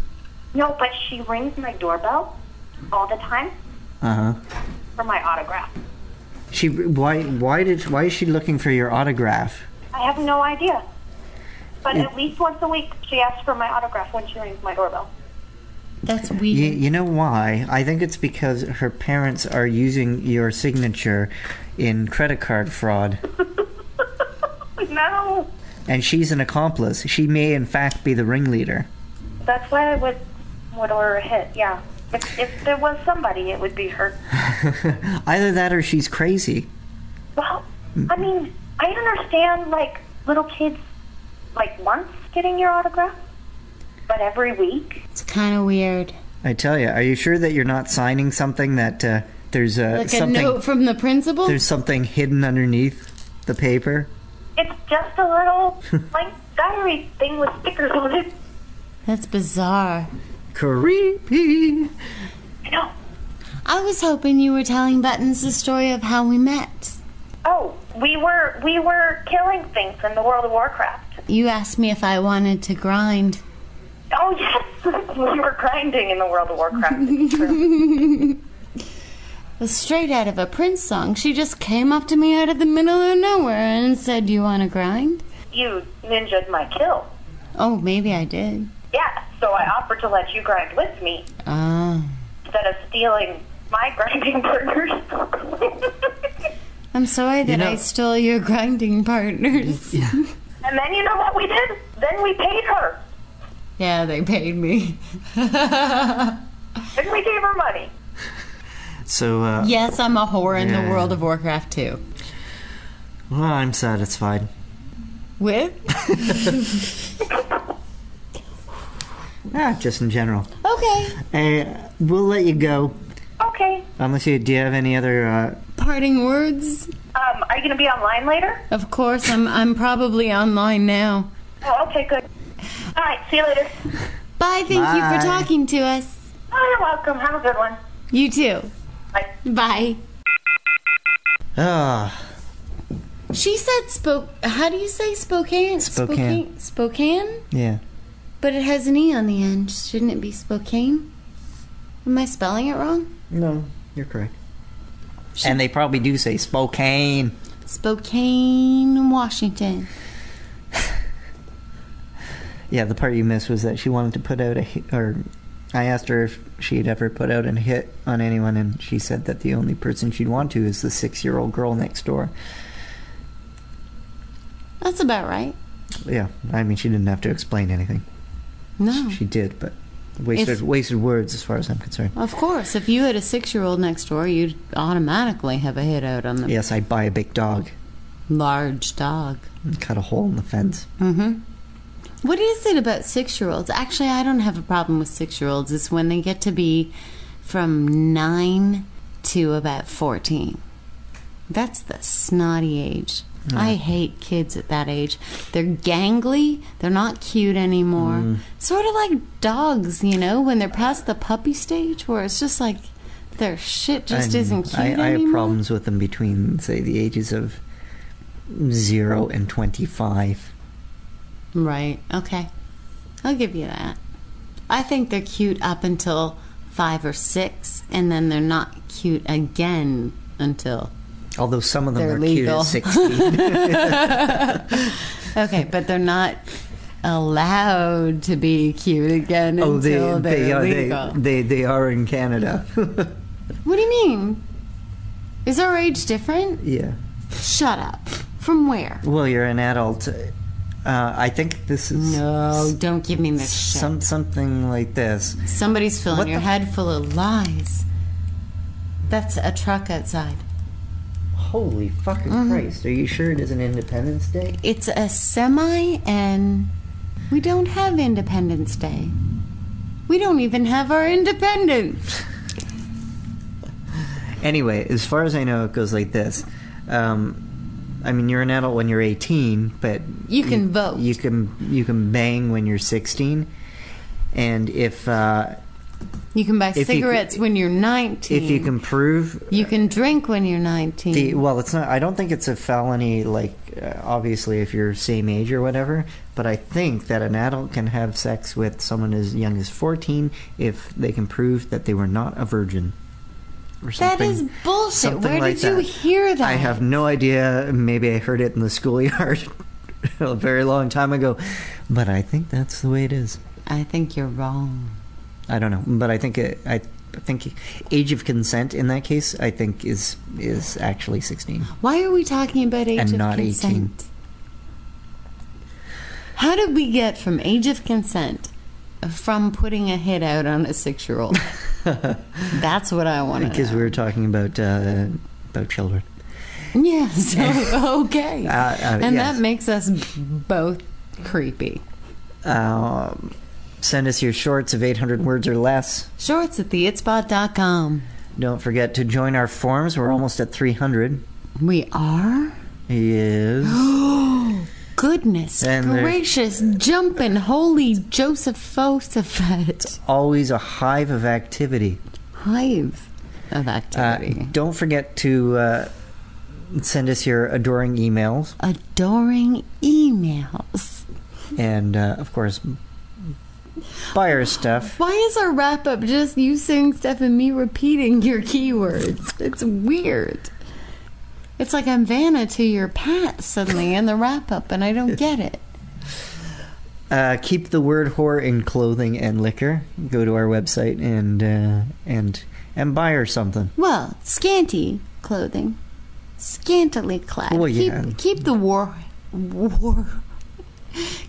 S1: No, but she rings my doorbell all the time
S6: Uh huh.
S1: for my autograph.
S6: She why why did why is she looking for your autograph?
S1: I have no idea. But at least once a week, she asks for my autograph when she rings my doorbell.
S5: That's
S6: You,
S5: weird.
S6: you know why? I think it's because her parents are using your signature in credit card fraud,
S1: No,
S6: and she's an accomplice. She may in fact be the ringleader.
S1: that's why I would would order a hit. Yeah, if, if there was somebody, it would be her.
S6: Either that or she's crazy.
S1: Well, I mean, I understand like little kids like once getting your autograph, but every week.
S5: It's kind of weird.
S6: I tell you, are you sure that you're not signing something that uh, there's uh,
S2: Like a
S6: something
S5: Oh,
S2: note from the principal?
S6: There's something hidden underneath the paper.
S1: It's just a little like diary thing with stickers on it.
S5: That's bizarre.
S6: Creepy.
S1: I know.
S5: I was hoping you were telling Buttons the story of how we met.
S1: Oh, we were we were killing things in the World of Warcraft.
S5: You asked me if I wanted to grind.
S1: Oh yes, we were grinding in the World of Warcraft. It's true.
S5: It was straight out of a Prince song. She just came up to me out of the middle of nowhere and said, "Do you want to grind?"
S1: you ninjaed my kill.
S5: Oh, maybe I did.
S1: Yeah, so I offered to let you grind with me
S5: Ah.
S1: instead of stealing my grinding burgers.
S5: I'm sorry that
S6: know-
S5: I stole your grinding partners.
S1: and then you know what we did? Then we paid her.
S5: yeah, they paid me.
S1: Then we gave her money.
S6: So, uh,
S5: Yes, I'm a whore in
S6: Yeah.
S5: the World of Warcraft too.
S6: well, I'm satisfied.
S5: With?
S6: Ah, just in general.
S2: Okay.
S6: Uh, we'll let you go.
S1: Okay.
S6: Unless you do you have any other? Uh,
S5: Parting words?
S1: Um, are you going to be online later?
S5: Of course, I'm, I'm probably online now.
S1: Oh, okay, good. All right, see you later.
S2: Bye. Thank you
S6: Bye.
S2: for talking to us.
S1: Oh, you're welcome. Have a good one.
S5: You too.
S1: Bye.
S2: Bye.
S6: ah,
S2: She said spoke. How do you say Spokane?
S6: Spokane.
S2: Spokane. Spokane?
S6: yeah.
S2: But it has an E on the end. Shouldn't it be Spokane? Am I spelling it wrong?
S6: No, you're correct. And they probably do say Spokane.
S2: Spokane, Washington.
S6: Yeah, the part you missed was that she wanted to put out a hit, or I asked her if she'd ever put out a hit on anyone, and she said that the only person she'd want to is the six-year-old girl next door.
S2: That's about right.
S6: Yeah, I mean she didn't have to explain anything.
S5: No.
S6: She did, but wasted
S5: If-
S6: wasted words as far as I'm concerned.
S5: Of course, if you had a six year old next door, you'd automatically have a hit out on the
S6: Yes, I'd buy a big dog
S5: large dog.
S6: and cut a hole in the fence.
S5: What is it about six year olds? Actually, I don't have a problem with six year olds. It's when they get to be from nine to about 14. That's the snotty age. I hate kids at that age. They're gangly, they're not cute anymore.
S6: Mm.
S5: Sort of like dogs, you know, when they're past the puppy stage where it's just like their shit just
S6: And
S5: isn't cute
S6: I, I
S5: anymore.
S6: have problems with them between, say, the ages of zero and twenty-five.
S5: Right. Okay. I'll give you that. I think they're cute up until five or six, and then they're not cute again until.
S6: Although some of them
S5: They're
S6: are
S5: legal.
S6: cute at sixteen.
S5: Okay, but they're not allowed to be cute again
S6: oh, they
S5: until
S6: they,
S5: they're
S6: are
S5: legal.
S6: they they they are in Canada.
S5: What do you mean? Is our age different?
S6: yeah.
S5: Shut up. From where?
S6: Well, you're an adult. Uh, I think this is
S5: No, don't give me this shit.
S6: some something like this.
S5: Somebody's filling
S6: What
S5: your
S6: the-
S5: head full of lies. That's a truck outside.
S6: Holy fucking Christ! Are you sure it isn't Independence Day?
S5: It's a semi, and we don't have Independence Day. We don't even have our independence.
S6: Anyway, as far as I know, it goes like this. Um, I mean, you're an adult when you're 18, but
S5: You can vote.
S6: You can you can bang when you're 16, and if uh,
S5: You can buy
S6: you-
S5: cigarettes when you're 19.
S6: if you can prove
S5: You can drink when you're 19.
S6: the well, it's not. I don't think it's a felony. Like uh, obviously, if you're same age or whatever, but I think that an adult can have sex with someone as young as 14 if they can prove that they were not a virgin. Or
S5: that
S6: something.
S5: is bullshit.
S6: something
S5: Where
S6: like
S5: did you
S6: that.
S5: hear that?
S6: I have no idea. Maybe I heard it in the schoolyard a very long time ago, but I think that's the way it is.
S5: I think you're wrong.
S6: I don't know, but I think it, I think age of consent in that case I think is is actually 16.
S5: Why are we talking about age
S6: And
S5: of
S6: not 18.
S5: consent? How did we get from age of consent from putting a hit out on a six year old? That's what I want to
S6: Because we were talking about uh, about children.
S5: Yeah, so okay.
S6: Uh, uh,
S5: and
S6: yes.
S5: that makes us both creepy.
S6: Um, send us your shorts of 800 words or less.
S5: Shorts at theitspot.com.
S6: Don't forget to join our forums. We're almost at 300.
S5: We are?
S6: Yes.
S5: Goodness
S6: And there's-
S5: gracious, jumping, holy Joseph Fosafet.
S6: Always a hive of activity.
S5: Hive of
S6: Uh,
S5: activity.
S6: don't forget to uh, send us your adoring emails
S5: Adoring emails.
S6: and, uh, of course, buy our stuff.
S5: Why is our wrap up just you saying stuff and me repeating your keywords? It's weird. It's like I'm Vanna to your Pat suddenly in the wrap up, and I don't get it.
S6: Uh, keep the word whore in clothing and liquor. Go to our website and uh, and and buy her something.
S2: Well, scanty clothing, scantily clad.
S6: Well, yeah.
S5: Keep, keep the war, war.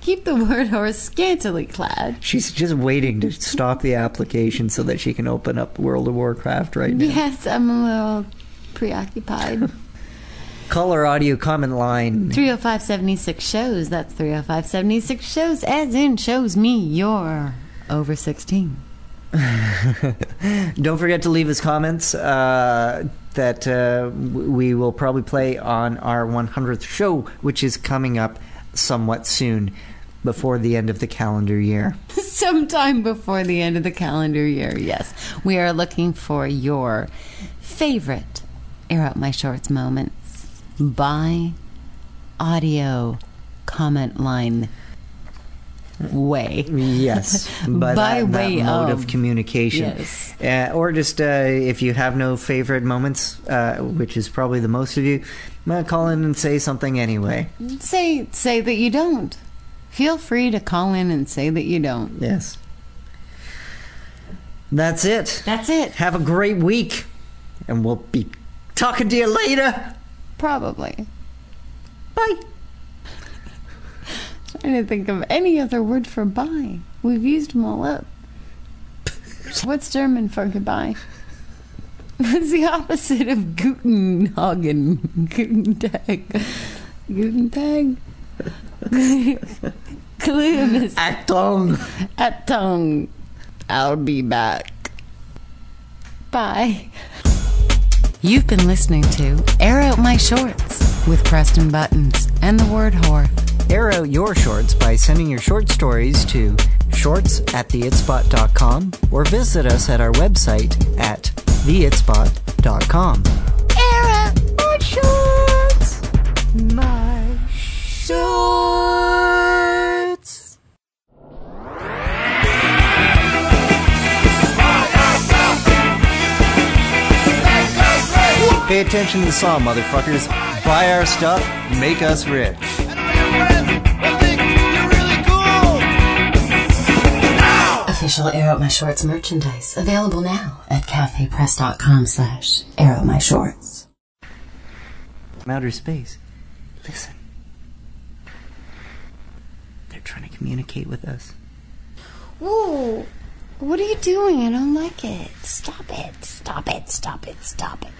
S5: Keep the word horse scantily clad.
S6: She's just waiting to stop the application so that she can open up World of Warcraft right now.
S2: Yes, I'm a little preoccupied.
S6: Call our audio comment line.
S5: 30576 shows. That's 30576 shows, as in shows me your over 16.
S6: Don't forget to leave us comments uh, that uh, w- we will probably play on our 100th show, which is coming up somewhat soon before the end of the calendar year.
S5: Sometime before the end of the calendar year, yes. We are looking for your favorite Air Out My Shorts moments by audio comment line way.
S6: Yes, by,
S5: By
S6: that, that
S5: way
S6: mode of,
S5: of.
S6: communication.
S5: Yes.
S6: Uh, or just uh, if you have no favorite moments, uh, which is probably the most of you, uh, call in and say something anyway.
S5: Say say that you don't. Feel free to call in and say that you don't.
S6: Yes. That's it.
S5: That's it.
S6: Have a great week, and we'll be talking to you later.
S2: Probably.
S6: Bye.
S2: trying to think of any other word for bye. We've used them all up. What's German for goodbye?
S5: What's the opposite of Guten Hagen? Guten Tag. Guten Tag. Gloom is
S6: Achtung.
S5: at tongue. I'll be back. Bye. You've been listening to Air Out My Shorts with Preston Buttons and the word whore.
S6: Air out your shorts by sending your short stories to shorts at theitspot.com or visit us at our website at theitspot.com.
S5: Air Out My Shorts!
S6: My shorts. Pay attention to the song, motherfuckers. Buy our stuff, make us rich.
S5: Official Air Out My Shorts merchandise available now at cafepress.com slash Air Out My Shorts.
S6: From outer space. Listen. They're trying to communicate with us.
S2: Whoa! What are you doing? I don't like it. Stop it. Stop it. Stop it. Stop it.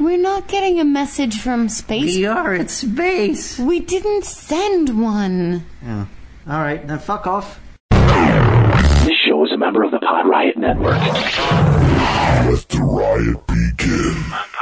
S2: We're not getting a message from space.
S6: We are in space!
S2: We didn't send one.
S6: Yeah. Alright, then fuck off.
S7: This show is a member of the Pod Riot Network.
S8: Let the riot begin.